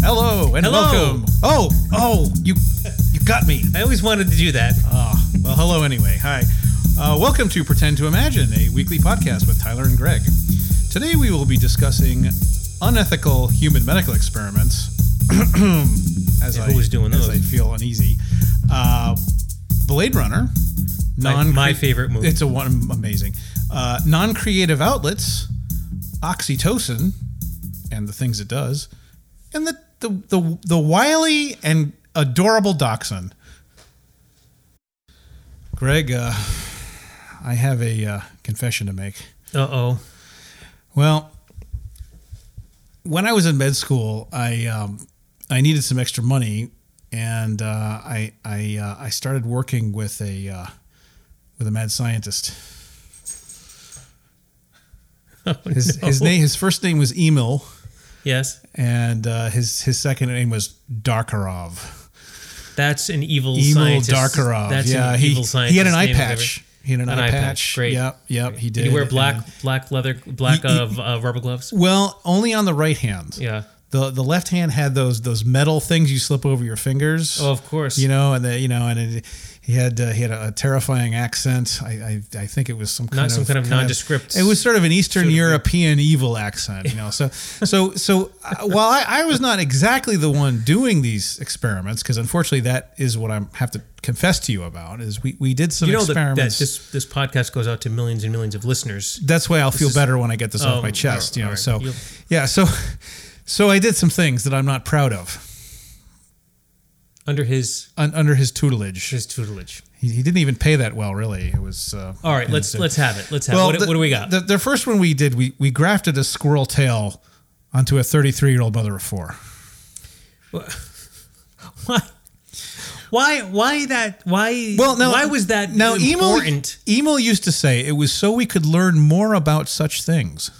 Hello and Hello. welcome. Oh, oh, you you got me. I always wanted to do that. Ah, well, hello anyway. Hi. Uh, welcome to Pretend to Imagine, a weekly podcast with Tyler and Greg. Today we will be discussing unethical human medical experiments. as Yeah, who was doing as those? I feel uneasy. Uh, Blade Runner. My, my favorite movie. It's a one amazing. Uh, non-creative outlets, oxytocin, and the things it does, and the the the, the wily and adorable dachshund. Greg, uh, I have a uh, confession to make. Uh oh. Well, when I was in med school, I um, I needed some extra money, and uh, I I uh, I started working with a uh, with a mad scientist. Oh, His his name his first name was Emil, Yes, and uh, his his second name was Darkarov. that's an evil Emil scientist. Darkarov. That's yeah, an he evil scientist. he had an eye name I've patch. He had an, An eye, eye patch. patch, great. Yep, yep. He ever- did. Did he wear black And- black leather black He- he- of uh, rubber gloves? well, only on the right hand. Yeah. the the left hand had those those metal things you slip over your fingers. Oh, of course. You know, and the, you know, and it, he had uh, he had a, terrifying accent. I, I I think it was some kind Not of some kind of nondescript- it was sort of an Eastern sort of- European evil accent. You know, so so so uh, while I, I was not exactly the one doing these experiments, because unfortunately that is what I am have to confess to you about is we we did some you know that, that experiments. this this podcast goes out to millions and millions of listeners. That's why I'll feel is- better when I get this off Oh, my chest. all you know, right, so all right. You'll- yeah, so so I did some things that I'm not proud of. under his un, under his tutelage. his tutelage. He, he didn't even pay that well, really. It was. Uh, All right, let's and, uh, let's have it. Let's have it. What, the- what do we got? The, the first one we did, we we grafted a squirrel tail onto a 33 year old mother of four. why? Why? Why that? Why? Well, now why was that now Emil important? Emil used to say it was so we could learn more about such things.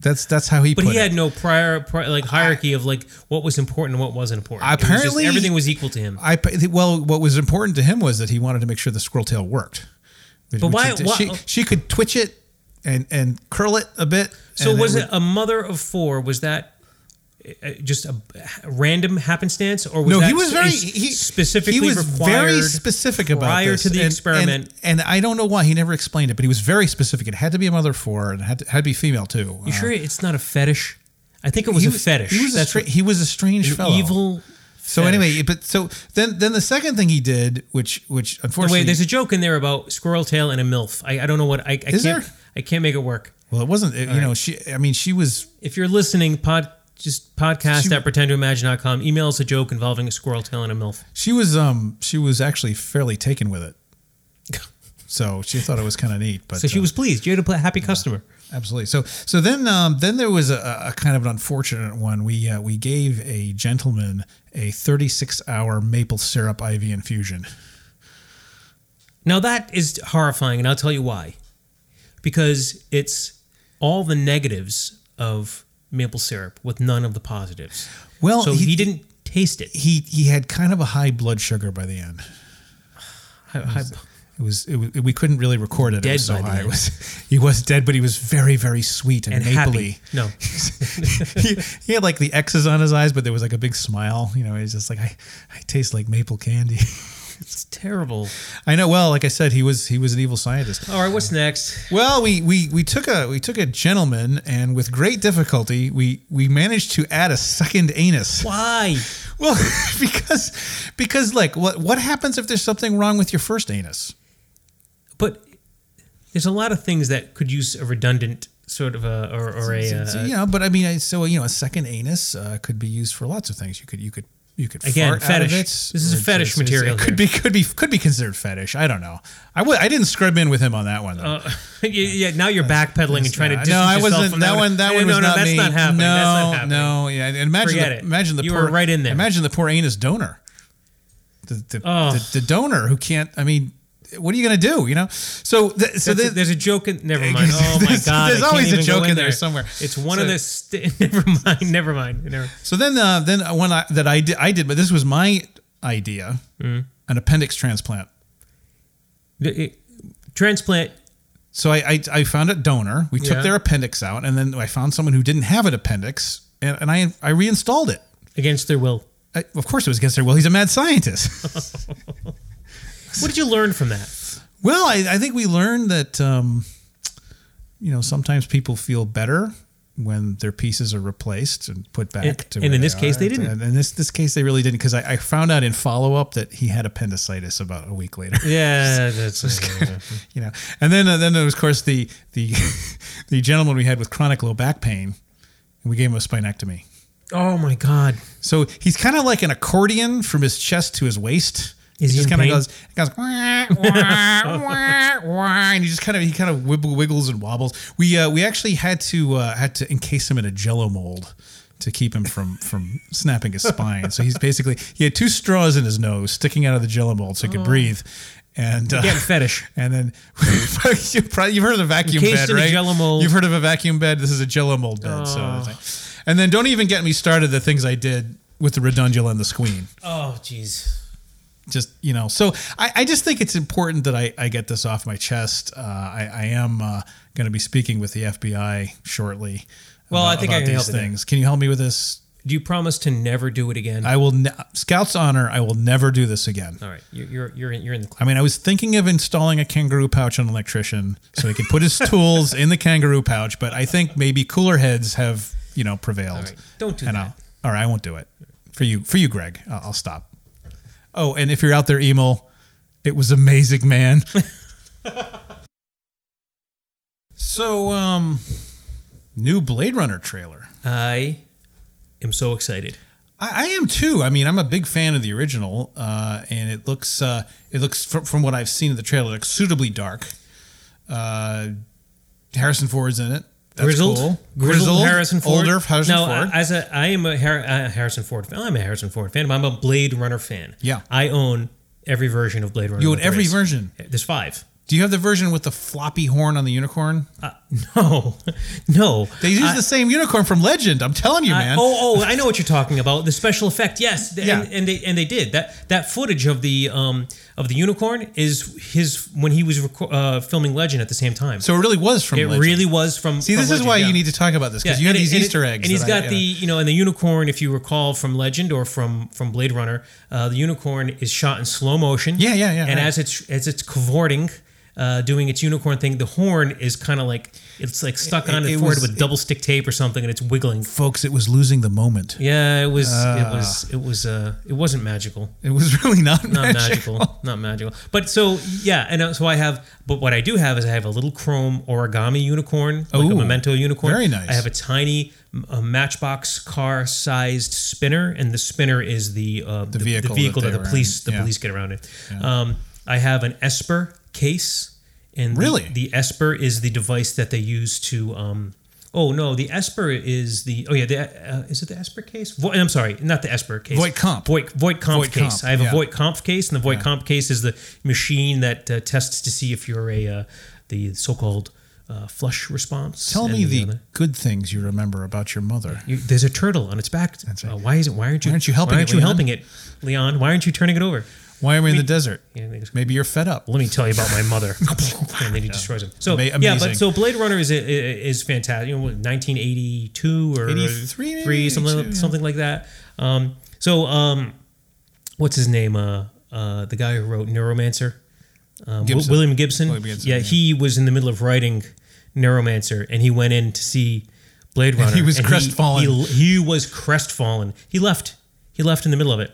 That's that's how he But put he it. had no prior, prior like hierarchy of like what was important and what wasn't important. It was just Apparently- everything was equal to him. I pa- well, what was important to him was that he wanted to make sure the squirrel tail worked. But why- why- She, she could twitch it and and curl it a bit. So and was would- it a mother of four? Was that uh, just a random happenstance, or was No, that he was a very s- he, specifically he was required very specific about prior this. to the And- and- experiment. and, I don't know why he never explained it, but he was very specific. It had to be a mother of four, and it had to, had to be female too. Uh, you sure it's not a fetish? I think it was he a fetish. He was a, That's stra- he was a strange what- fellow. evil. So fetish. anyway, but so then then the second thing he did, which which unfortunately, wait, there's a joke in there about squirrel tail and a milf. I, I don't know what I, I Is can't. there? I can't make it work. well, it wasn't. It, you know, she. I mean, she was If you're listening, pod just podcast She- at pretendtoimagine.com. Email us a joke involving a squirrel tail and a milf. she was um she was actually fairly taken with it. So she thought it was kind of neat, but So she uh, was pleased. You had a happy customer. Absolutely. So so then um, then there was a, a kind of an unfortunate one. We uh, we gave a gentleman a 36 hour maple syrup IV infusion. Now that is horrifying, and I'll tell you why. Because it's all the negatives of maple syrup with none of the positives. Well, so he- he, didn't taste it. He he had kind of a high blood sugar by the end. Hi- hi- It was, it was we couldn't really record it. it Dead was so by the high. It end. was he was dead, but he was very very sweet and, and mapley. happy. No, he, he had like the X's on his eyes, but there was like a big smile. You know, he's just like I I taste like maple candy. it's terrible. I know. Well, like I said, he was he was an evil scientist. All right, what's next? Well, we, we we took a we took a gentleman, and with great difficulty, we we managed to add a second anus. Why? Well, because because like what what happens if there's something wrong with your first anus? But there's a lot of things that could use a redundant sort of a or, or a. So, Uh, you know, but I mean, I- so you know, a second anus uh, could be used for lots of things. You could you could you could Again, fart out of fetish. it, This is a or fetish material It could be could be could be considered fetish. I don't know. I would I didn't scrub in with him on that one though. uh, yeah, yeah, now you're backpedaling and trying to Yeah, distance no, I yourself wasn't. from that one. That one was no, no, not that's me. not happening. No, that's not happening. no. Yeah, and imagine. Forget the, it. Imagine the You poor. were right in there. Imagine the poor anus donor. The the, Oh. the, the donor who can't. I mean, what are you gonna do? You know. So th- so So the, there's a joke in. Never mind. Oh my There's- god! I there's can't always a even go joke in there there somewhere. It's one So- of the. St- never mind. Never mind. Never. so then uh, then one I, that I did I did, but this was my idea. Mm. An appendix transplant. The- it- Transplant. So I, I, I found a donor. We took Yeah. their appendix out, and then I found someone who didn't have an appendix, and, and I I reinstalled it. against their will. I, of course, it was against their will. He's a mad scientist. What did you learn from that? well, I, I think we learned that um, you know sometimes people feel better when their pieces are replaced and put back And- to. and where in this case, are. they didn't. And in this this case, they really didn't because I, I found out in follow up that he had appendicitis about a week later. Yeah, that's you know, and then uh, then there was of course the the the gentleman we had with chronic low back pain, and we gave him a spinectomy. oh my god. So he's kind of like an accordion from his chest to his waist. Is he just in kind of pain? goes, it goes wah, wah, wah, wah, and he just kind of he kind of wibble, wiggles and wobbles. We uh, we actually had to uh, had to encase him in a Jello mold to keep him from from snapping his spine. So he's basically he had two straws in his nose sticking out of the Jello mold so he Oh. could breathe. And uh, Again, fetish. and then you probably, you've heard of a vacuum Encased bed, in a right? Jell-O mold. Oh. You've heard of a vacuum bed. This is a Jello mold bed. So, it's like- and then don't even get me started the things I did with the Redundula and the Squeen. Oh jeez. Just you know, so I, I just think it's important that I, I get this off my chest. Uh, I, I am uh, going to be speaking with the FBI shortly. Well, I think I can these help you there. things. Can you help me with this? Do you promise to never do it again? I will. Ne- Scout's honor. I will never do this again. All right, you're you're you're in, you're in the clear. I mean, I was thinking of installing a kangaroo pouch on an electrician so he could put his tools in the kangaroo pouch, but I think maybe cooler heads have, you know, prevailed. right, don't do and that. I'll, all right, I won't do it for you. For you, Greg, I'll, I'll stop. Oh, and if you're out there, Emil, it was amazing, man. so, um, new Blade Runner trailer. I am so excited. I, I am too. I mean, I'm a big fan of the original, uh, and it looks uh, it looks from, from what I've seen in the trailer, it looks suitably dark. Uh, Harrison Ford's in it. That's grizzled, cool. grizzled, Harrison Ford. older Harrison no, Ford. I, as a, I am a, Har- a Harrison Ford fan. I'm a Harrison Ford fan. but I'm a Blade Runner fan. Yeah. I own every version of Blade Runner. you own that there every is. version. There's five. Do you have the version with the floppy horn on the unicorn? Uh, no, no. They use I- the same unicorn from Legend. I'm telling you, I- man. oh, oh! I know what you're talking about. The special effect, yes, th- and, Yeah. and they and they did that. That footage of the um of the unicorn is his when he was reco- uh, filming Legend at the same time. so it really was from it Legend. really was from. See, from this is Legend, why yeah. you need to talk about this because Yeah, you have and it- these and it- Easter eggs. And he's that I- got you the know. you know, and the unicorn, if you recall from Legend or from from Blade Runner, uh, the unicorn is shot in slow motion. Yeah, yeah, yeah, And right. as it's as it's cavorting. Uh, doing its unicorn thing, the horn is kind of like it's like stuck It- on it its forehead was- with double stick tape or something, and it's wiggling. folks. It was losing the moment. Yeah, it was it was it was uh it wasn't magical, It was really not, not magical. magical, not magical. But so yeah, and uh, so I have. But what I do have is I have a little chrome origami unicorn, like Ooh, a memento unicorn. very nice. I have a tiny m- a matchbox car sized spinner, and the spinner is the uh, the, the vehicle vehicle, that they that, were the police in, the yeah. police get around in. Um, I have an Esper case, and the- Really? the Esper is the device that they use to. Um, oh no, the Esper is the. Oh yeah, the, uh, is it the Esper case? Vo- I'm sorry, not the Esper case. Voight Kampf. Voight, Voight Kampf Voight case. Kampf, I have yeah. a Voight Kampf case, and the Voight Kampf case is the machine that uh, tests to see if you're a uh, the so-called uh, flush response. Tell and me the other- good things you remember about your mother. You, there's a turtle on its back. Uh, why isn't? Why aren't you? Why aren't you helping Why aren't it, you Leon? helping it, Leon? Why aren't you turning it over? Why are we in the desert? Yeah, they just- Maybe you're fed up. let me tell you about my mother. and then he destroys him. So Ama- yeah, amazing. but so Blade Runner is is fantastic. You know, what, 1982 or 83, maybe, three, something 82, yeah. something like that. Um, so um, what's his name? Uh, uh, the guy who wrote Neuromancer, um, Wi- Gibson. William Gibson. William Gibson, yeah, yeah. he was in the middle of writing Neuromancer, and he went in to see Blade Runner. he was and crestfallen. He, he was crestfallen. He left. He left in the middle of it.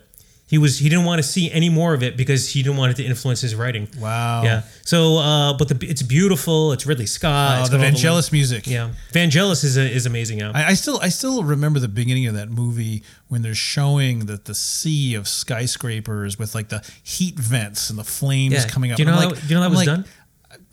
He was. He didn't want to see any more of it because he didn't want it to influence his writing. Wow. Yeah. So, uh, but the it's beautiful. It's Ridley Scott. Oh, It's the got all Vangelis music. yeah, Vangelis is a, is amazing. Yeah. I, I still I still remember the beginning of that movie when they're showing that the sea of skyscrapers with like the heat vents and the flames Yeah. coming up. Do you know I'm how- like, do you know how that I'm was like, done?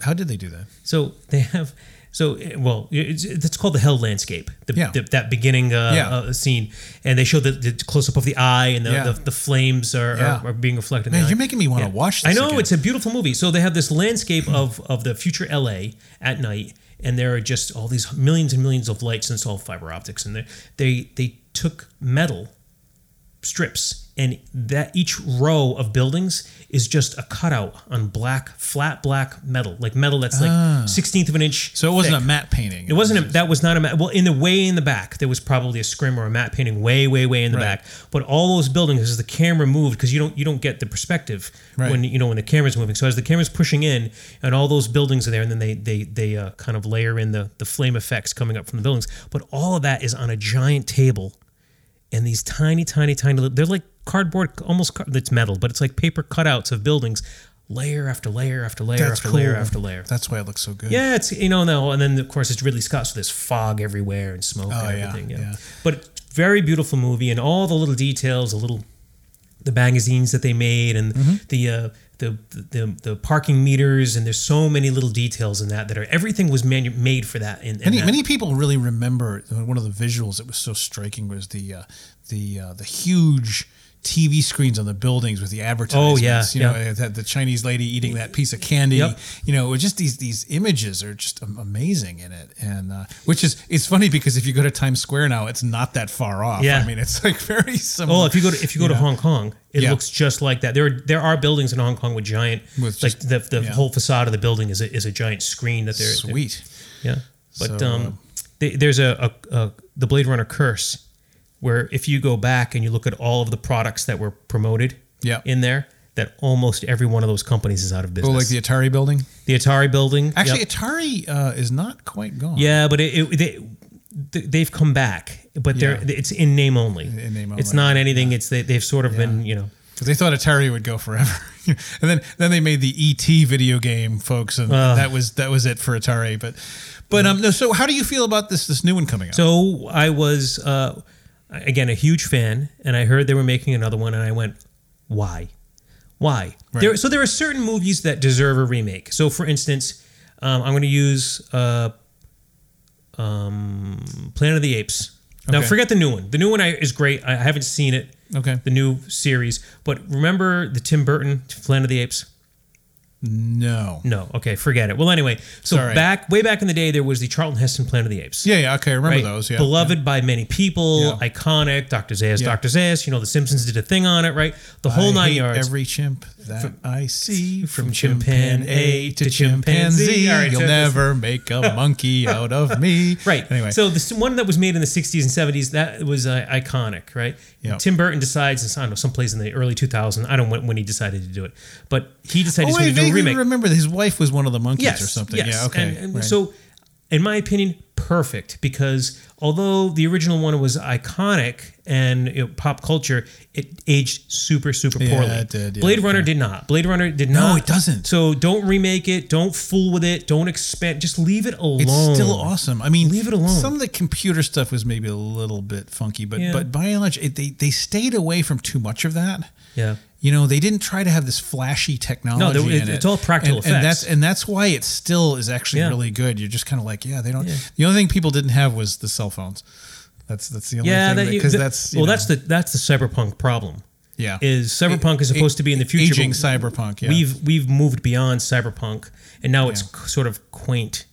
How did they do that? so they have. So eh, well, it's, it's called the Hell Landscape. The, Yeah. the, that beginning uh, Yeah. uh, scene, and they show the, the close up of the eye, and the, Yeah. the, the flames are, Yeah. are, are being reflected. in Man, the eye. you're making me want to watch this. I know again. it's a beautiful movie. So they have this landscape of of the future LA at night, and there are just all these millions and millions of lights, and it's all fiber optics, and they they they took metal strips, and that each row of buildings is just a cutout on black, flat black metal, like metal that's like sixteenth of an inch. Ah. So it wasn't thick. a matte painting. It wasn't. A, that was not a mat. Well, in the way in the back, there was probably a scrim or a matte painting way, way, way in the Right. back. But all those buildings, as the camera moved, because you don't you don't get the perspective Right. when you know when the camera's moving. So as the camera's pushing in, and all those buildings are there, and then they they they uh, kind of layer in the the flame effects coming up from the buildings. But all of that is on a giant table, and these tiny, tiny, tiny. li- They're like cardboard, almost. car- It's metal, but it's like paper cutouts of buildings, layer after layer after layer That's after cool. layer after layer. That's why it looks so good. Yeah, it's you know no, and then of course it's Ridley Scott, so there's fog everywhere and smoke Oh, and yeah, everything. Yeah, yeah. but very beautiful movie, and all the little details, the little the magazines that they made, and Mm-hmm. the. Uh, the, the, the parking meters and there's so many little details in that that are everything was manu- made for that and, and Many, that- many people really remember one of the visuals that was so striking was the uh, the uh, the huge TV screens on the buildings with the advertisements. you know Oh, yeah. that the Chinese lady eating that piece of candy. Yep. You know, it was just these these images are just am- amazing in it, and uh, which is it's funny because if you go to Times Square now, it's not that far off. Yeah. I mean, it's like very similar. Oh, if you go to if you go to know. Hong Kong, it Yeah. looks just like that. There are, there are buildings in Hong Kong with giant With like just- the, the yeah. whole facade of the building is a, is a giant screen that they're they're- sweet. Yeah, but So, uh, um, th- there's a, a, a the Blade Runner curse where if you go back and you look at all of the products that were promoted, Yeah. in there, that almost every one of those companies is out of Oh, business. like the Atari building. the Atari building, yep. Actually, Atari uh, is not quite gone. yeah, but it, it they, th- they've come back, but they're it's in name only. In name It's only, not anything. It's they, they've sort of been you know. Because they thought Atari would go forever, and then then they made the ET video game, folks, and Ugh. that was that was it for Atari. But but um, no. So how do you feel about this this new one coming out? So I was uh, again a huge fan, and I heard they were making another one, and I went, why, why? There, so there are certain movies that deserve a remake. So for instance, um, I'm going to use uh, um, Planet of the Apes. Now Okay. forget the new one. The new one I, is great. I haven't seen it. Okay. The new series, but remember the Tim Burton Planet of the Apes. no. No, okay, forget it. Well, anyway, so all right. back way back in the day, there was the Charlton Heston Planet of the Apes Yeah, yeah. Okay, I remember right? those. Yeah. Beloved by many people, Yeah. iconic. Dr. Zayas, Yeah. Dr. Zayas. You know, The Simpsons did a thing on it, right? The I whole nine hate yards. Every chimp that I see, from from chimpan chimpanzee to chimpanzee, chimpanzee. All right, you'll so this- never make a monkey out of me. Right. Anyway. So the s- one that was made in the 60s and 70s, that was uh, iconic, right? Yeah. Tim Burton decides, I don't know, someplace in the early 2000s. I don't know when, when he decided to do it, but he decided oh, he's I going to do vaguely a remake. remember that his wife was one of the monkeys yes, or something. Yes. Yeah. Okay. And, and right. So, in my opinion, perfect because although the original one was iconic and you know, pop culture, it aged super, super Yeah, poorly. it did, yeah, Blade Runner yeah. did not. Blade Runner did not. it doesn't. So don't remake it. Don't fool with it. Don't expand. Just leave it alone. It's still awesome. I mean, Leave it alone. Some of the computer stuff was maybe a little bit funky, but Yeah. but by and large, it, they they stayed away from too much of that. Yeah. You know, they didn't try to have this flashy technology. it- in it. it's all practical and, and effects. that's and that's why it still is actually Yeah. really good. You're just kind of like, yeah, they don't. Yeah. The only thing people didn't have was the cell phones. That's that's the only Yeah, thing that you- because that- that's you well, know, that's the that's the cyberpunk problem. yeah Is cyberpunk is A- supposed to be in the future? aging but cyberpunk. Yeah. We've we've moved beyond cyberpunk, and now it's Yeah. c- sort of quaint,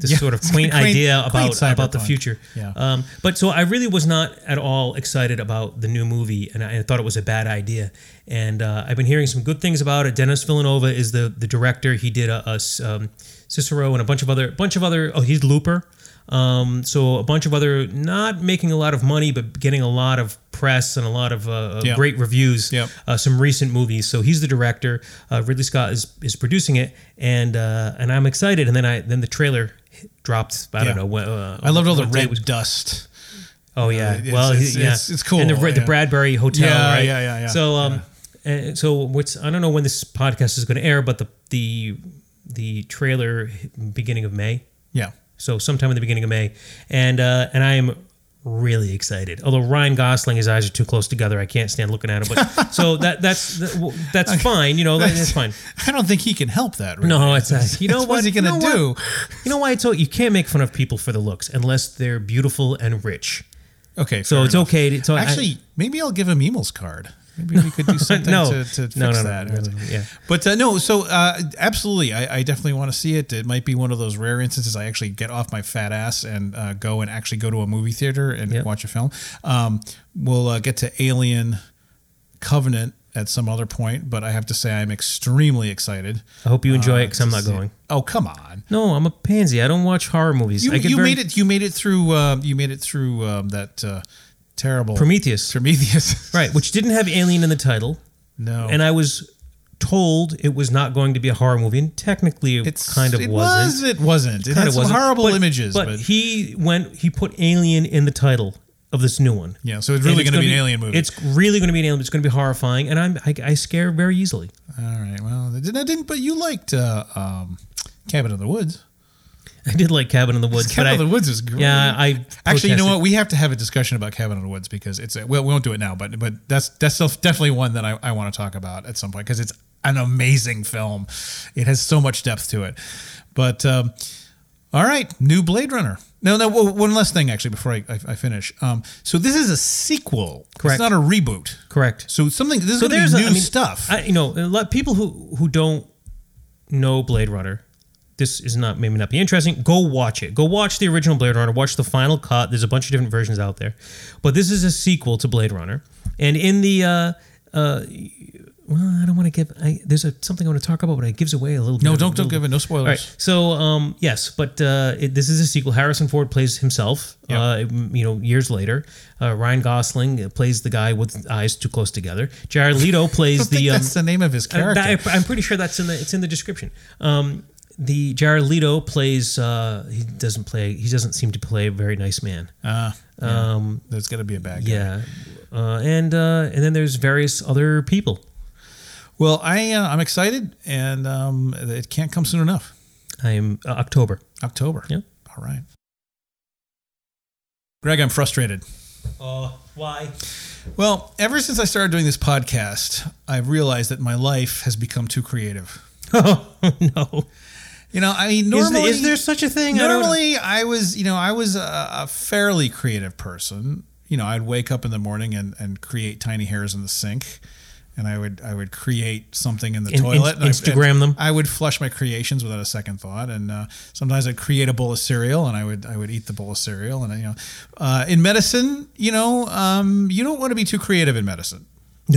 this Yeah, sort of it's a quaint, quaint- idea quaint about about the cyberpunk. future. Yeah. Um, but so I really was not at all excited about the new movie, and I, I thought it was a bad idea. And uh, I've been hearing some good things about it. Dennis Villanova is the the director. He did a, a s- um, Cicero and a bunch of other bunch of other. Oh, he's Looper. Um, so a bunch of other not making a lot of money, but getting a lot of press and a lot of uh, uh, Yeah. great reviews Yep. uh, some recent movies. So he's the director. Uh, Ridley Scott is is producing it, and uh, and I'm excited. And then I then the trailer dropped. I Yeah. don't know. What, uh, I loved all the what day red it was- dust. oh yeah. it's- well, it's- he- yeah. it's- it's cool, And the, Ra- the yeah. Bradbury Hotel. Yeah, right? yeah, yeah, yeah. So um, and so what's I don't know when this podcast is going to air, but the the the trailer beginning of May. Yeah. So sometime in the beginning of May, and uh, and I am really excited. Although Ryan Gosling, his eyes are too close together. I can't stand looking at him. But so that that's that- well, that's fine. You know, that's, fine. I don't think he can help that. Really. No, it's not. You know What's what? he gonna You know do? what? You know why it's all, you can't make fun of people for the looks unless they're beautiful and rich. Okay. So fair it's enough. okay. To, so I- Actually, maybe I'll give him Emil's card. Maybe we could do something no. to, to fix no, no, no, that. no, no, no, yeah. But uh, no, so uh, absolutely, I, I definitely want to see it. It might be one of those rare instances I actually get off my fat ass and uh, go and actually go to a movie theater and Yep. watch a film. Um, we'll uh, get to Alien Covenant at some other point, but I have to say I'm extremely excited. I hope you enjoy it because I'm to not see it. going. Oh come on! No, I'm a pansy. I don't watch horror movies. You, I get you very- made it. You made it through. Uh, you made it through um, that uh, terrible Prometheus, Prometheus. right? Which didn't have alien in the title, no, and I was told it was not going to be a horror movie. And technically, it kind of it Was, wasn't. it wasn't. It Kind had of some wasn't. horrible But- images, but, but he went. He put alien in the title of this new one. yeah. So it's really And going to be an alien movie. It's really going to be an alien. It's going to be horrifying, and I'm I, I scare very easily. all right. Well, I didn't. I didn't but you liked uh, um, Cabin in the Woods. I did like Cabin in the Woods, but Cabin I, in the Woods is great. yeah, I Actually, you know protested. what? We have to have a discussion about Cabin in the Woods because it's a, well, we won't do it now, but but that's that's self- definitely one that I, I want to talk about at some point because it's an amazing film. It has so much depth to it. But um, all right, new Blade Runner. No, no. w- One last thing, actually, before I, I, I finish. Um, so this is a sequel. It's Correct. not a reboot. Correct. So something. This is So going there's to a- be new I mean, stuff. I, you know, a lot people who who don't know Blade Runner. This is not maybe not be interesting. Go watch it. Go watch the original Blade Runner. Watch the final cut. There's a bunch of different versions out there, but this is a sequel to Blade Runner. And in the uh, uh, well, I don't want to give. I, there's a something I want to talk about, but it gives away a little. bit no, of- don't don't little- give it. No all spoilers. right. So, um, yes, but uh, it, this is a sequel. Harrison Ford plays himself. Uh, you know, years later, uh, Ryan Gosling plays the guy with eyes too close together. Jared Leto I plays think the. Um, that's the name of his uh, character. that- I'm pretty sure that's in the. It's in the description. Um, the Jared Leto plays. Uh, he doesn't play. He doesn't seem to play a very nice man. uh, Um, there's got to be a bad guy. yeah, uh, and uh, and then there's various other people. Well, I uh, I'm excited, and um, it can't come soon enough. I'm uh, October. October. Yeah. All right. Greg, I'm frustrated. Uh, Oh, why? Well, ever since I started doing this podcast, I've realized that my life has become too creative. Oh no. You know, I mean, Is there- normally is there such a thing? I don't- Normally, I was, you know, I was a, a fairly creative person. You know, I'd wake up in the morning and, and create tiny hairs in the sink, and I would I would create something in the And toilet. in- and I- Instagram and them? I would flush my creations without a second thought, and uh, sometimes I'd create a bowl of cereal, and I would I would eat the bowl of cereal, and you know, uh, in medicine, you know, um, you don't want to be too creative in medicine.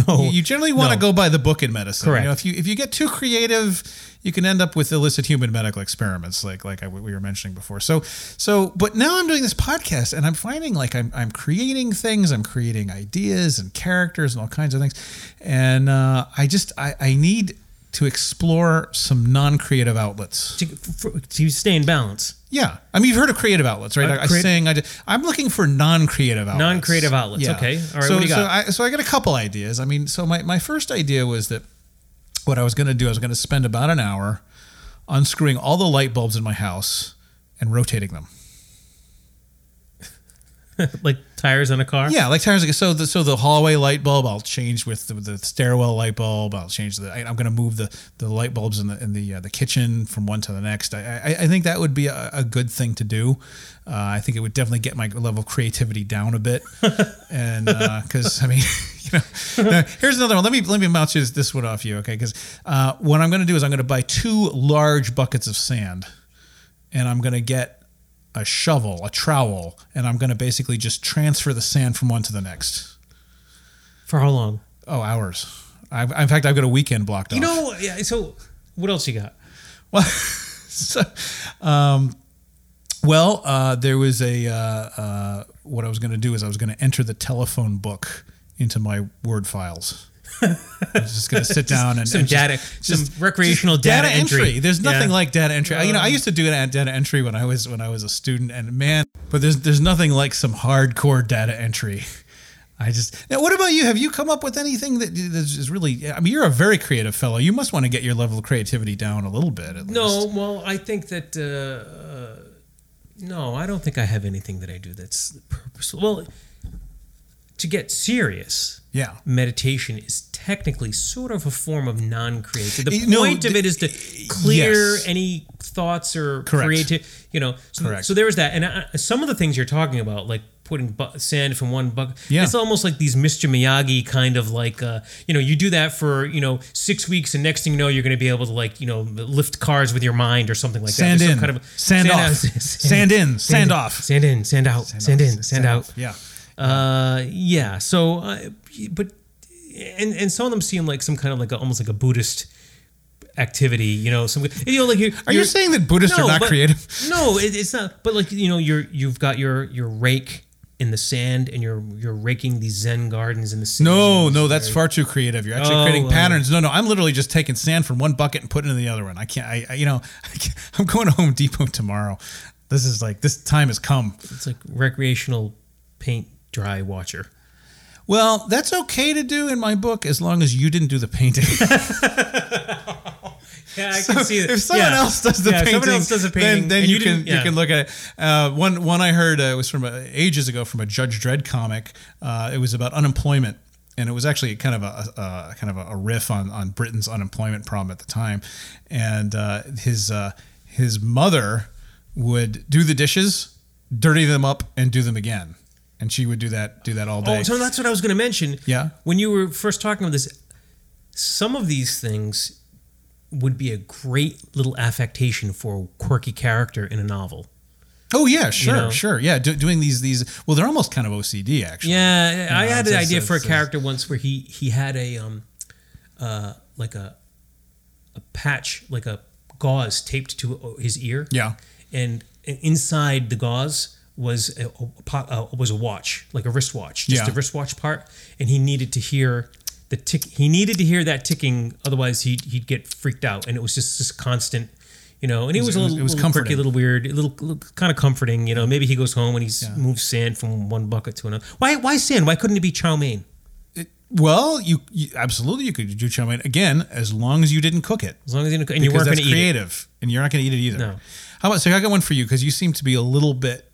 No. You generally want to No. go by the book in medicine. Correct. You know, if you if you get too creative, you can end up with illicit human medical experiments, like like I, we were mentioning before. So so, but now I'm doing this podcast, and I'm finding like I'm I'm creating things, I'm creating ideas and characters and all kinds of things, and uh, I just I, I need to explore some non-creative outlets. to, for, to stay in balance. Yeah, I mean you've heard of creative outlets, right? Uh, I, I'm creative- saying I did, I'm looking for non-creative outlets. Non-creative outlets, okay. All right, So what do you so got? I, so I got a couple ideas. I mean, so my my first idea was that what I was going to do I was going to spend about an hour unscrewing all the light bulbs in my house and rotating them. like tires on a car. Yeah, like tires. Like, so the so the hallway light bulb I'll change with the, the stairwell light bulb. I'll change the. I, I'm going to move the the light bulbs in the in the uh, the kitchen from one to the next. I I, I think that would be a, a good thing to do. Uh, I think it would definitely get my level of creativity down a bit. and because I mean, you know, now, here's another one. Let me let me bounce this this one off you, okay? Because uh, what I'm going to do is I'm going to buy two large buckets of sand and I'm going to get a shovel, a trowel, and I'm going to basically just transfer the sand from one to the next. For how long? Oh, hours. I've, in fact, I've got a weekend blocked off. You know. Yeah, so what else you got? Well, so, um, well, uh, there was a uh, uh, what I was going to do is I was going to enter the telephone book into my Word files. I was just going to sit down and some and data- some recreational data entry. There's nothing Yeah. Uh. like data entry. I- you know, I used to do that data entry when I was when I was a student, and man, but there's there's nothing like some hardcore data entry. I just now. What about you? Have you come up with anything that is is really? I mean, you're a very creative fellow. You must want to get your level of creativity down a little bit. At least. No. Well, I think that. Uh, uh, no, I don't think I have anything that I do that's purposeful. Well, to get serious, Yeah. meditation is technically sort of a form of non-creative. The Eh, no, point of the- it is to clear yes. any thoughts or Correct. creative, you know. So, Correct. so there is that, and I, some of the things you're talking about, like putting bu- sand from one bucket. Yeah. It's almost like these Mr. Miyagi kind of like, uh, you know, you do that for, you know, six weeks and next thing you know, you're going to be able to like, you know, lift cars with your mind or something like Sand that. There's in, some kind of- sand off, out- sand in, sand off, Sand in, sand out, sand, in, sand, out. Yeah, Uh, yeah. So, uh, but and and some of them seem like some kind of like a, almost like a Buddhist activity. You know, some you know like you're, Are you saying that Buddhists are not but- creative? No, it, it's not. But like you know, you're you've got your your rake in the sand, and you're you're raking these Zen gardens in the sand. No, no, that's far too creative. You're actually Oh, creating well. patterns. No, no, I'm literally just taking sand from one bucket and putting it in the other one. I can't. I, I you know, I can't, I'm going to Home Depot tomorrow. This is like this time has come. It's like recreational paint dry watcher. Well, that's okay to do in my book as long as you didn't do the painting. Yeah, I So If someone else does the painting, then, then you, can you can look at it. Uh, one one I heard uh, was from uh, ages ago from a Judge Dredd comic. Uh, it was about unemployment, and it was actually kind of a, uh kind of a, a riff on on Britain's unemployment problem at the time. And uh, his uh, his mother would do the dishes, dirty them up, and do them again, and she would do that do that all day. Oh, so that's what I was going to mention. Yeah. When you were first talking about this, some of these things would be a great little affectation for a quirky character in a novel. oh yeah, sure, know? sure, yeah. Do, doing these these well, they're almost kind of OCD actually. Yeah, I No, had it's an just- idea for a it's- character once where he he had a um uh like a a patch like a gauze taped to uh, his ear. Yeah. And, and inside the gauze was a, a po- uh, was a watch, like a wristwatch, just Yeah. a wristwatch part, and he needed to hear the tick he needed to hear that ticking otherwise he he'd get freaked out and it was just this constant you know, and it was, it a was- little, it was little quirky, comforting. little weird, a little, kind of comforting. You know, maybe he goes home and he s moves sand from one bucket to another. Why? Why sand? Why couldn't it be chow mein? Well, you, you absolutely you could do chow mein again as long as you didn't cook it. As long as you and you Because weren't going to that's eat it. creative, and you're not going to eat it either. No. How about so? I got one for you because you seem to be a little bit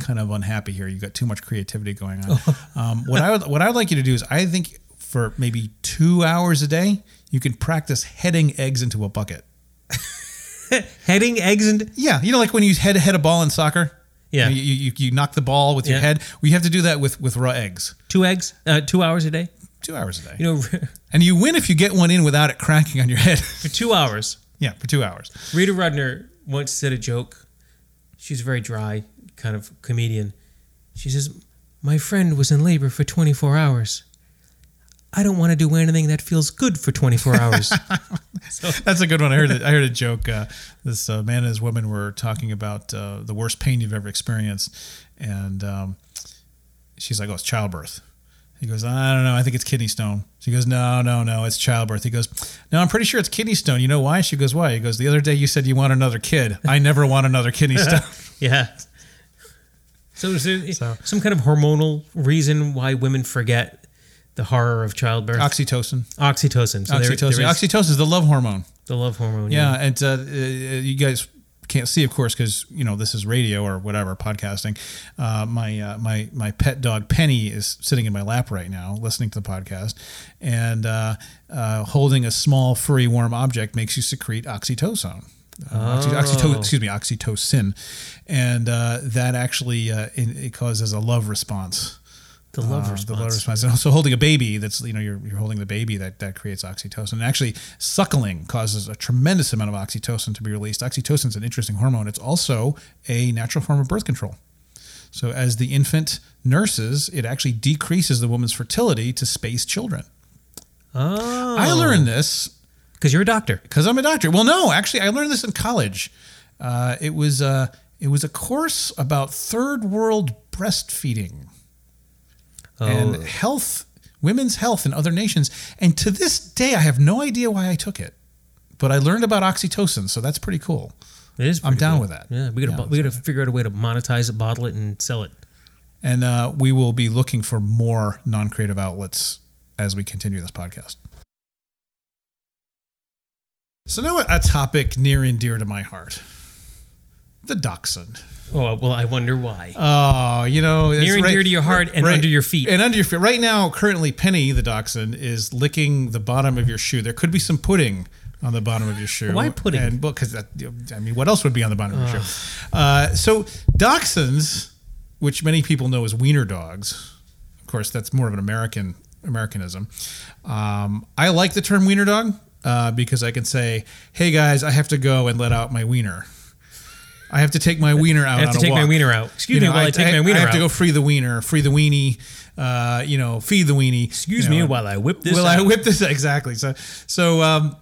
kind of unhappy here. You got too much creativity going on. Oh. um, what I would what I would like you to do is I think for maybe two hours a day you can practice heading eggs into a bucket. Heading eggs and Yeah, you know, like when you head head a ball in soccer. Yeah. you you, you knock the ball with your Yeah. head. We have to do that with with raw eggs. two eggs, uh, two hours a day. Two hours a day, You know, and you win if you get one in without it cracking on your head. for two hours. yeah, for two hours. Rita Rudner once said a joke. She's a very dry kind of comedian. She says, "My friend was in labor for 24 hours. I don't want to do anything that feels good for 24 hours." That's a good one. I heard. A, I heard a joke. Uh, this uh, man and his woman were talking about uh, the worst pain you've ever experienced, and um, she's like, "Oh, it's childbirth." He goes, "I don't know. I think it's kidney stone." She goes, "No, no, no. It's childbirth." He goes, "No, I'm pretty sure it's kidney stone. You know why?" She goes, "Why?" He goes, "The other day you said you want another kid. I never want another kidney stone." Yeah. So is there some kind of hormonal reason why women forget the horror of childbirth? Oxytocin. oxytocin. So there- Oxytocin. there is Oxytocin is the love hormone. the love hormone. Yeah, and uh, uh, you guys can't see, of course, because you know this is radio or whatever podcasting. Uh, my uh, my my pet dog Penny is sitting in my lap right now, listening to the podcast, and uh, uh, holding a small furry warm object makes you secrete oxytocin. Uh, oxy- oxyto- excuse me, oxytocin, and uh, that actually uh, in, it causes a love response. The love Uh, response. The love response. And also holding a baby that's, you know, you're, you're holding the baby that, that creates oxytocin. And actually, suckling causes a tremendous amount of oxytocin to be released. Oxytocin is an interesting hormone. It's also a natural form of birth control. So, as the infant nurses, it actually decreases the woman's fertility to space children. Oh. I learned this Because you're a doctor. because I'm a doctor. Well, no, actually, I learned this in college. Uh, it was uh, it was a course about third world breastfeeding Oh. and health, women's health in other nations. And to this day, I have no idea why I took it, but I learned about oxytocin, so that's pretty cool. It is. I'm pretty down cool. with that. Yeah. We got to Yeah, we got to figure out a way to monetize it, bottle it, and sell it. And uh, we will be looking for more non-creative outlets as we continue this podcast. So now a topic near and dear to my heart: the dachshund. Oh well, I wonder why. Oh, you know, it's Near and dear to your heart and under your feet. And under your feet. Right now, currently, Penny the dachshund is licking the bottom of your shoe. There could be some pudding on the bottom of your shoe. Why pudding? And because that, I mean, what else would be on the bottom of your shoe? Uh, so dachshunds, which many people know as wiener dogs. Of course, that's more of an American Americanism. Um, I like the term wiener dog uh, because I can say, "Hey guys, I have to go and let out my wiener. I have to take my wiener out. I have on to a take my walk." wiener out. Excuse You know, me while I, take my wiener I have out. to go free the wiener, free the weenie. Uh, you know, feed the weenie. Excuse you me know, while I whip this Will out. I whip this exactly? So, so, um,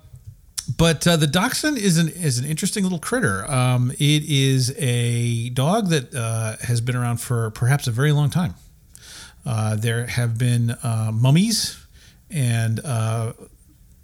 but uh, the dachshund is an is an interesting little critter. Um, it is a dog that uh, has been around for perhaps a very long time. Uh, there have been uh, mummies and uh,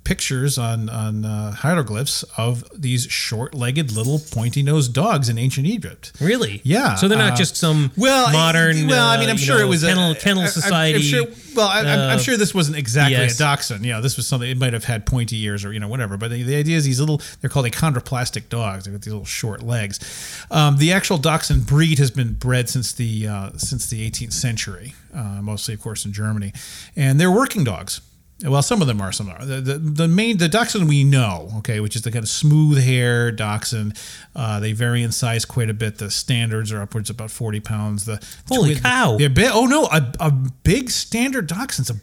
pictures on on uh, hieroglyphs of these short-legged little pointy-nosed dogs in ancient Egypt. Really? Yeah, So they're not uh, just some Well, modern. Well, I uh, mean, I'm you sure know, it was kennel a kennel I- I- society. I'm sure, well, I, I'm, I'm uh, sure this wasn't exactly yes. a dachshund. You know, this was something it might have had pointy ears or you know whatever. But the, the idea is these little they're called achondroplastic dogs. They've got these little short legs. Um, the actual dachshund breed has been bred since the uh, since the 18th century, uh, mostly of course in Germany, and they're working dogs. Well, some of them are, some are. The, the, the main, the dachshund we know, okay, which is the kind of smooth hair dachshund. Uh, they vary in size quite a bit. The standards are upwards of about 40 pounds. The Holy cow. They're big. Oh, no, a, a big standard dachshund's a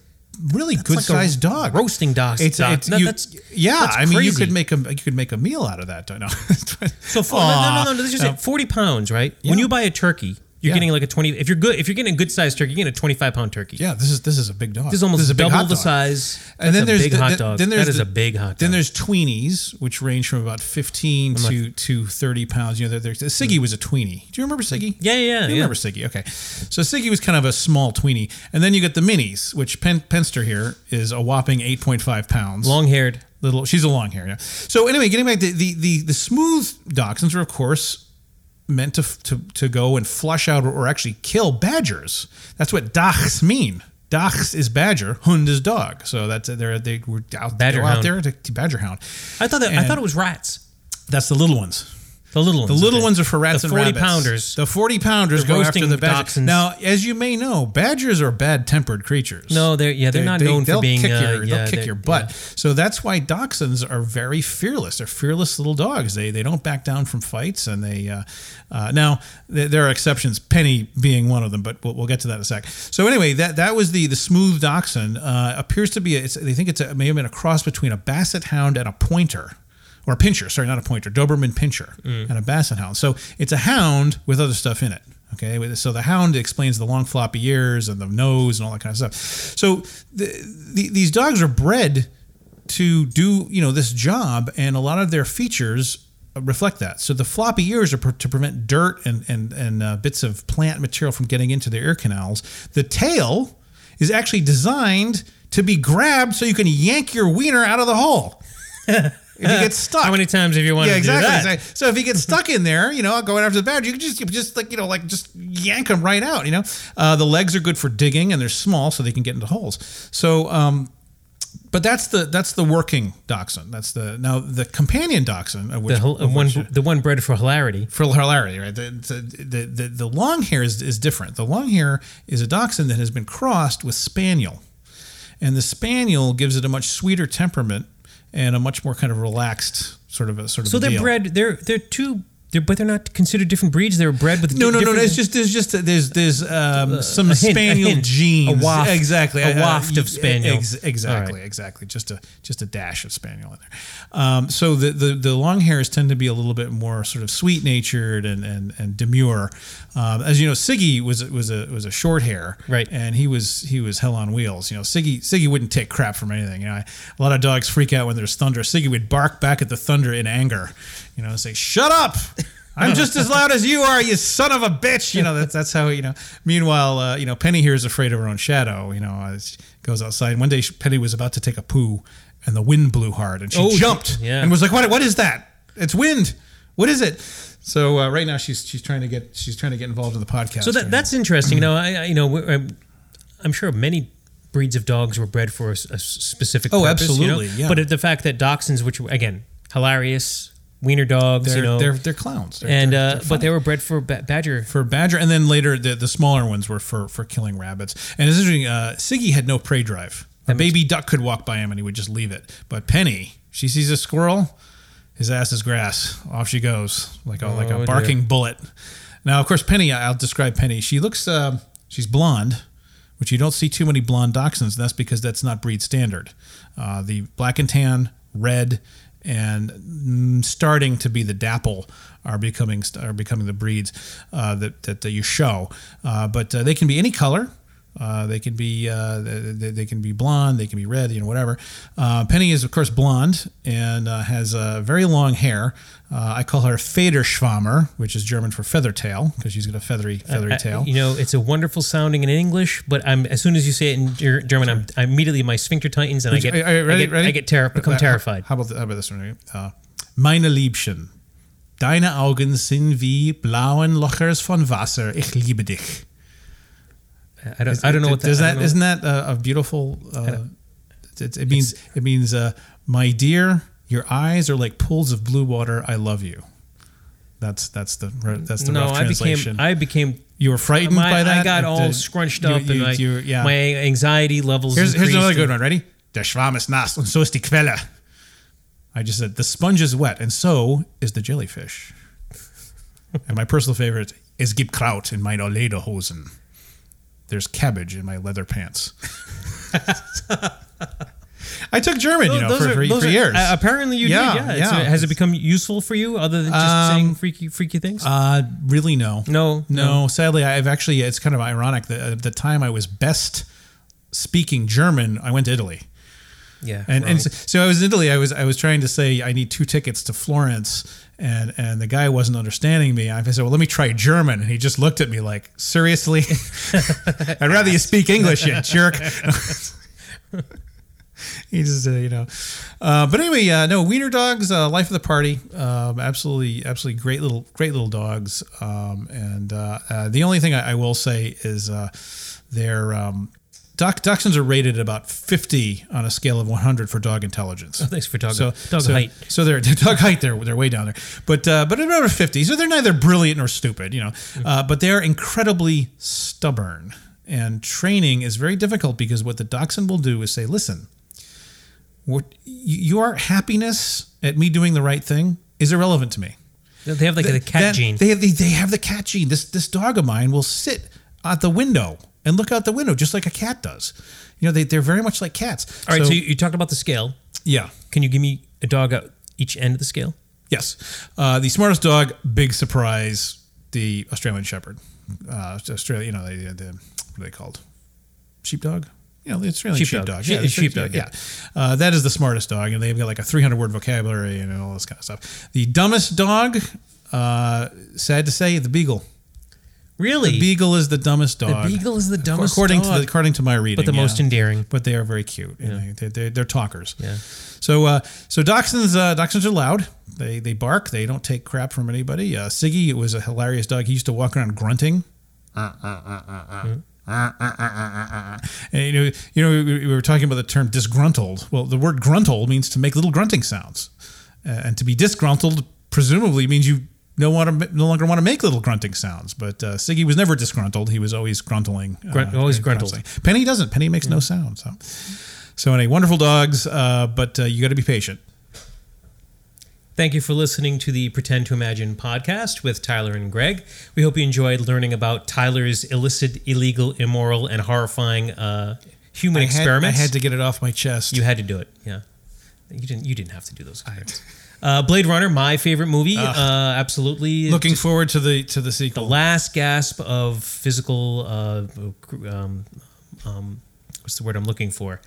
really good like a sized dog. roasting dach- It's, dach- it's- no, you- that's- yeah, that's I mean, you crazy. could make a, you could make a meal out of that. I know. So for, Oh, no, no, no, no, this is it. Forty pounds, right? When Yeah. you buy a turkey, you're Yeah. getting like a twenty. If you're good, if you're getting a good sized turkey, you're getting a twenty-five pound turkey. Yeah, this is, this is a big dog. This is almost a big double hot the dog. size. And That's then a there's big the- hot the- dog. then there's that is the- a big hot dog. Then there's tweenies, which range from about 15 to, to 30 pounds. You know, there- there's Siggy was a tweenie. Do you remember Siggy? Hmm. Yeah, yeah, yeah. You remember Siggy? Okay, so Siggy was kind of a small tweenie, and then you get the minis, which Pen- Penster here is a whopping 8.5 pounds. long haired. little. She's a long hair. Yeah. So anyway, getting back to the the the smooth dachshunds are of course meant to to to go and flush out or, or actually kill badgers. That's what dachs mean. Dachs is badger, hund is dog. So that's they're they were out, badger Badger out hound. there to, to badger hound. I thought that I And- thought it was rats. That's the little ones. The little ones. The little okay. ones are for rats The and 40 rabbits. pounders. The forty pounders The go roasting after the badgers. dachshunds. Now, as you may know, badgers are bad tempered creatures. No, Oh, they're- yeah, they're not known for they'll being, Kick uh, your, yeah, they'll kick they- your butt. So that's why dachshunds are very fearless. They're fearless little dogs. They they don't back down from fights, and they uh, uh, now th- there are exceptions. Penny being one of them, but we'll, we'll get to that in a sec. So anyway, that that was the the smooth dachshund uh, appears to be. A, it's, they think it's a, it may have been a cross between a basset hound and a pointer or a pincher, sorry, not a pointer, Doberman pincher Mm. and a basset hound. So it's a hound with other stuff in it. Okay, With- so the hound explains the long floppy ears and the nose and all that kind of stuff. So the, the, these dogs are bred to do you know this job, and a lot of their features reflect that. So the floppy ears are per, to prevent dirt and and and uh, bits of plant material from getting into their ear canals. The tail is actually designed to be grabbed so you can yank your wiener out of the hole. If you get stuck, How many times have you wanted yeah, exactly. to do that? exactly. So if he gets stuck in there, you know, going after the badger, you can just, you just like you know, like just yank him right out. You know, uh, the legs are good for digging, and they're small, so they can get into holes. So, um, but that's the that's the working dachshund. That's the now the companion dachshund, uh, which, The, hel- of one, which- the one bred for hilarity. for hilarity, right? The, the, the, the, the long hair is, is different. The long hair is a dachshund that has been crossed with spaniel. And the spaniel gives it a much sweeter temperament and a much more kind of relaxed sort of a sort of So a they're deal. bred. They're they're two. They're, but they're not considered different breeds. They're bred with No, no, no, no. different- It's just there's just there's there's um, some a hint, a spaniel hint, genes. a waft, exactly. a I- I- waft of y- e, spaniel. ex- All exactly, right. exactly. Just a just a dash of spaniel in there. Um, so the, the the long hairs tend to be a little bit more sort of sweet natured and and and demure. Um, as you know, Siggy was was a was a short hair, Right. And he was he was hell on wheels. You know, Siggy Siggy wouldn't take crap from anything. You know, I, a lot of dogs freak out when there's thunder. Siggy would bark back at the thunder in anger. You know, and say, "Shut up." I'm just as loud as you are, you son of a bitch. You know that's that's how you know. Meanwhile, uh, you know Penny here is afraid of her own shadow. You know, as she goes outside. One day, she- Penny was about to take a poo, and the wind blew hard, and she Oh, she- jumped yeah. and was like, "What? What is that? It's wind. What is it?" So uh, right now, she's she's trying to get she's trying to get involved in the podcast. So that, right that's interesting. Now, I, I you know, we're- I'm, I'm sure many breeds of dogs were bred for a, s- a s- specific. Oh, purpose, you know? absolutely, yeah. But the fact that dachshunds, which were, again, hilarious wiener dogs, now. they're, you know, they're they're clowns. They're- and they're- uh, they're but funny. they were bred for ba- badger. for badger, and then later the, the smaller ones were for for killing rabbits. And it's interesting. Uh, Siggy had no prey drive. A baby duck could walk by him and he would just leave it. But Penny, she sees a squirrel, his ass is grass. Off she goes like a like Oh, a dear. barking bullet. Now, of course, Penny. I'll describe Penny. She looks. um she's blonde, which you don't see too many blonde dachshunds. and That's because that's not breed standard. Uh, the black and tan, red, and mm, starting to be the dapple are becoming are becoming the breeds uh, that, that that you show. Uh, but uh, they can be any color. Uh, they can be uh, they, they can be blonde, they can be red, you know, whatever. Uh, Penny is of course blonde and uh, has uh, very long hair. Uh, I call her Federschwammer, which is German for feather tail, because she's got a feathery feathery I- tail. uh, you know, it's a wonderful sounding in English, but I'm as soon as you say it in Ger- German, I'm I immediately my sphincter tightens and I get, Are- are you ready- I get, ready? I get terri- become Uh, terrified. How about, th- how about this one? Uh, meine Liebchen, deine Augen sind wie blauen Lochers von Wasser. Ich liebe dich. I don't, I don't know what that Does is. that isn't that a, a beautiful? Uh, it, it means it means uh, my dear, your eyes are like pools of blue water. I love you. That's that's the re- that's the no, rough I translation. became I became you were frightened my, by that. I got Uh, all did- scrunched you- up you- and like you- yeah. my anxiety levels. Here's, here's increased another good one. and- Ready? Der Schwamm ist nass und so ist die Quelle. I just said the sponge is wet and so is the jellyfish. and my personal favorite is gibt Kraut in meiner Lederhosen. There's cabbage in my leather pants. I took German, you know, Those for, are- for, those for are- years. uh, apparently, you Yeah, did. Yeah. So yeah. has it become useful for you other than just Um, saying freaky, freaky things? Uh, really, no. No, no. Sadly, I've actually, it's kind of ironic that at the time I was best speaking German, I went to Italy. yeah. And, well, and so, so I was in Italy. I was I was trying to say I need two tickets to Florence, and and the guy wasn't understanding me. I said, "Well, let me try German," and he just looked at me like, "Seriously? I'd rather you speak English, you jerk." he just uh, you know, uh, but anyway, uh, no wiener dogs, uh, life of the party, um, absolutely, absolutely great little great little dogs. Um, and uh, uh, the only thing I, I will say is uh, they're. Um, Doc, dachshunds are rated about 50 on a scale of 100 for dog intelligence. Oh, thanks for dog- So, dog so, height. So they're, they're dog height. They're, they're way down there. But uh, but at about 50, so they're neither brilliant nor stupid, you know. Mm-hmm. Uh, but they're incredibly stubborn. And training is very difficult because what the dachshund will do is say, listen, what, y- your happiness at me doing the right thing is irrelevant to me. they have like the cat That- gene. They have the, they have the cat gene. This this dog of mine will sit at the window and look out the window just like a cat does. You know, they they're very much like cats. All right. So, you, you talked about the scale. yeah. Can you give me a dog at each end of the scale? Yes. Uh, the smartest dog, big surprise, the Australian Shepherd. Uh, Australia, you know, they, they, what are they called? Sheepdog? You know, the Australian Sheepdog. sheepdog. She- the sheepdog, Yeah. Uh, that is the smartest dog, and they've got like a 300 word vocabulary and all this kind of stuff. The dumbest dog, uh, sad to say, the Beagle. Really? The Beagle is the dumbest dog. beagle is the dumbest according dog. to the, according to my reading, but the most yeah. endearing. But they are very cute. and They, they, they're talkers. Yeah. So uh, so dachshunds uh, dachshunds are loud. They they bark. They don't take crap from anybody. Uh, Siggy was a hilarious dog. He used to walk around grunting. And you know, you know, we we were talking about the term disgruntled. Well, the word gruntle means to make little grunting sounds, uh, and to be disgruntled presumably means you no want to no longer want to make little grunting sounds. But uh, Siggy was never disgruntled; he was always gruntling. uh, Grunt- always gruntled. grunting. Penny doesn't. Penny makes no sound. So, so any wonderful dogs, uh, but uh, you got to be patient. Thank you for listening to the Pretend to Imagine podcast with Tyler and Greg. We hope you enjoyed learning about Tyler's illicit, illegal, immoral, and horrifying uh, human I had- experiments. I had to get it off my chest. You had to do it. Yeah, you didn't. You didn't have to do those. experiments. Uh, Blade Runner, my favorite movie. Uh, absolutely. Looking forward to the to the sequel. last gasp of physical. Uh, um, um, what's the word I'm looking for?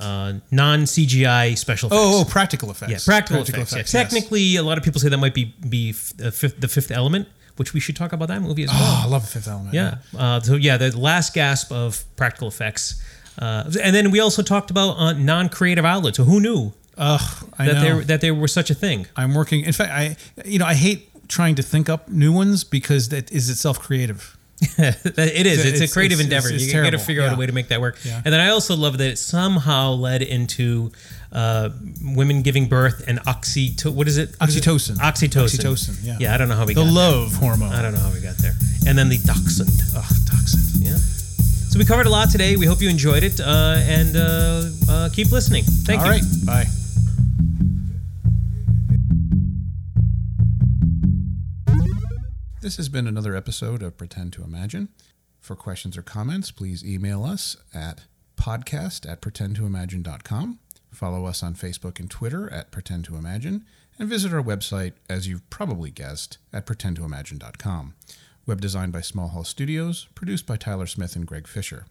Uh, non CGI special. Oh, effects. oh, practical effects. Yeah, practical, effects. yeah. yes. Technically, a lot of people say that might be be f- uh, fifth, the Fifth Element, which we should talk about that movie as well. Oh, I love the Fifth Element. Yeah. Uh, so yeah, the last gasp of practical effects, uh, and then we also talked about uh, non-creative outlets. So who knew Ugh, I that know. there that there were such a thing? I'm working. In fact, I you know I hate trying to think up new ones because that is itself creative. it is. It's, It's- a creative it's- endeavor. it's- it's you got to terrible. figure out a Yeah. way to make that work. Yeah. And then I also love that it somehow led into uh, women giving birth and oxyto- What is it? What is it? Oxytocin. Oxytocin. Oxytocin, yeah. Yeah. I don't know how we The got. love hormone. I don't know how we got there. And then the dachshund. Ugh, dachshund. Yeah. So we covered a lot today. We hope you enjoyed it, uh, and uh, uh, keep listening. Thank All you. right, bye. This has been another episode of Pretend to Imagine. For questions or comments, please email us at podcast at pretendtoimagine.com. Follow us on Facebook and Twitter at Pretend to Imagine, and visit our website, as you've probably guessed, at pretendtoimagine.com. Web designed by Small Hall Studios, produced by Tyler Smith and Greg Fisher.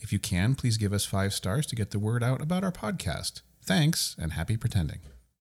If you can, please give us five stars to get the word out about our podcast. Thanks, and happy pretending.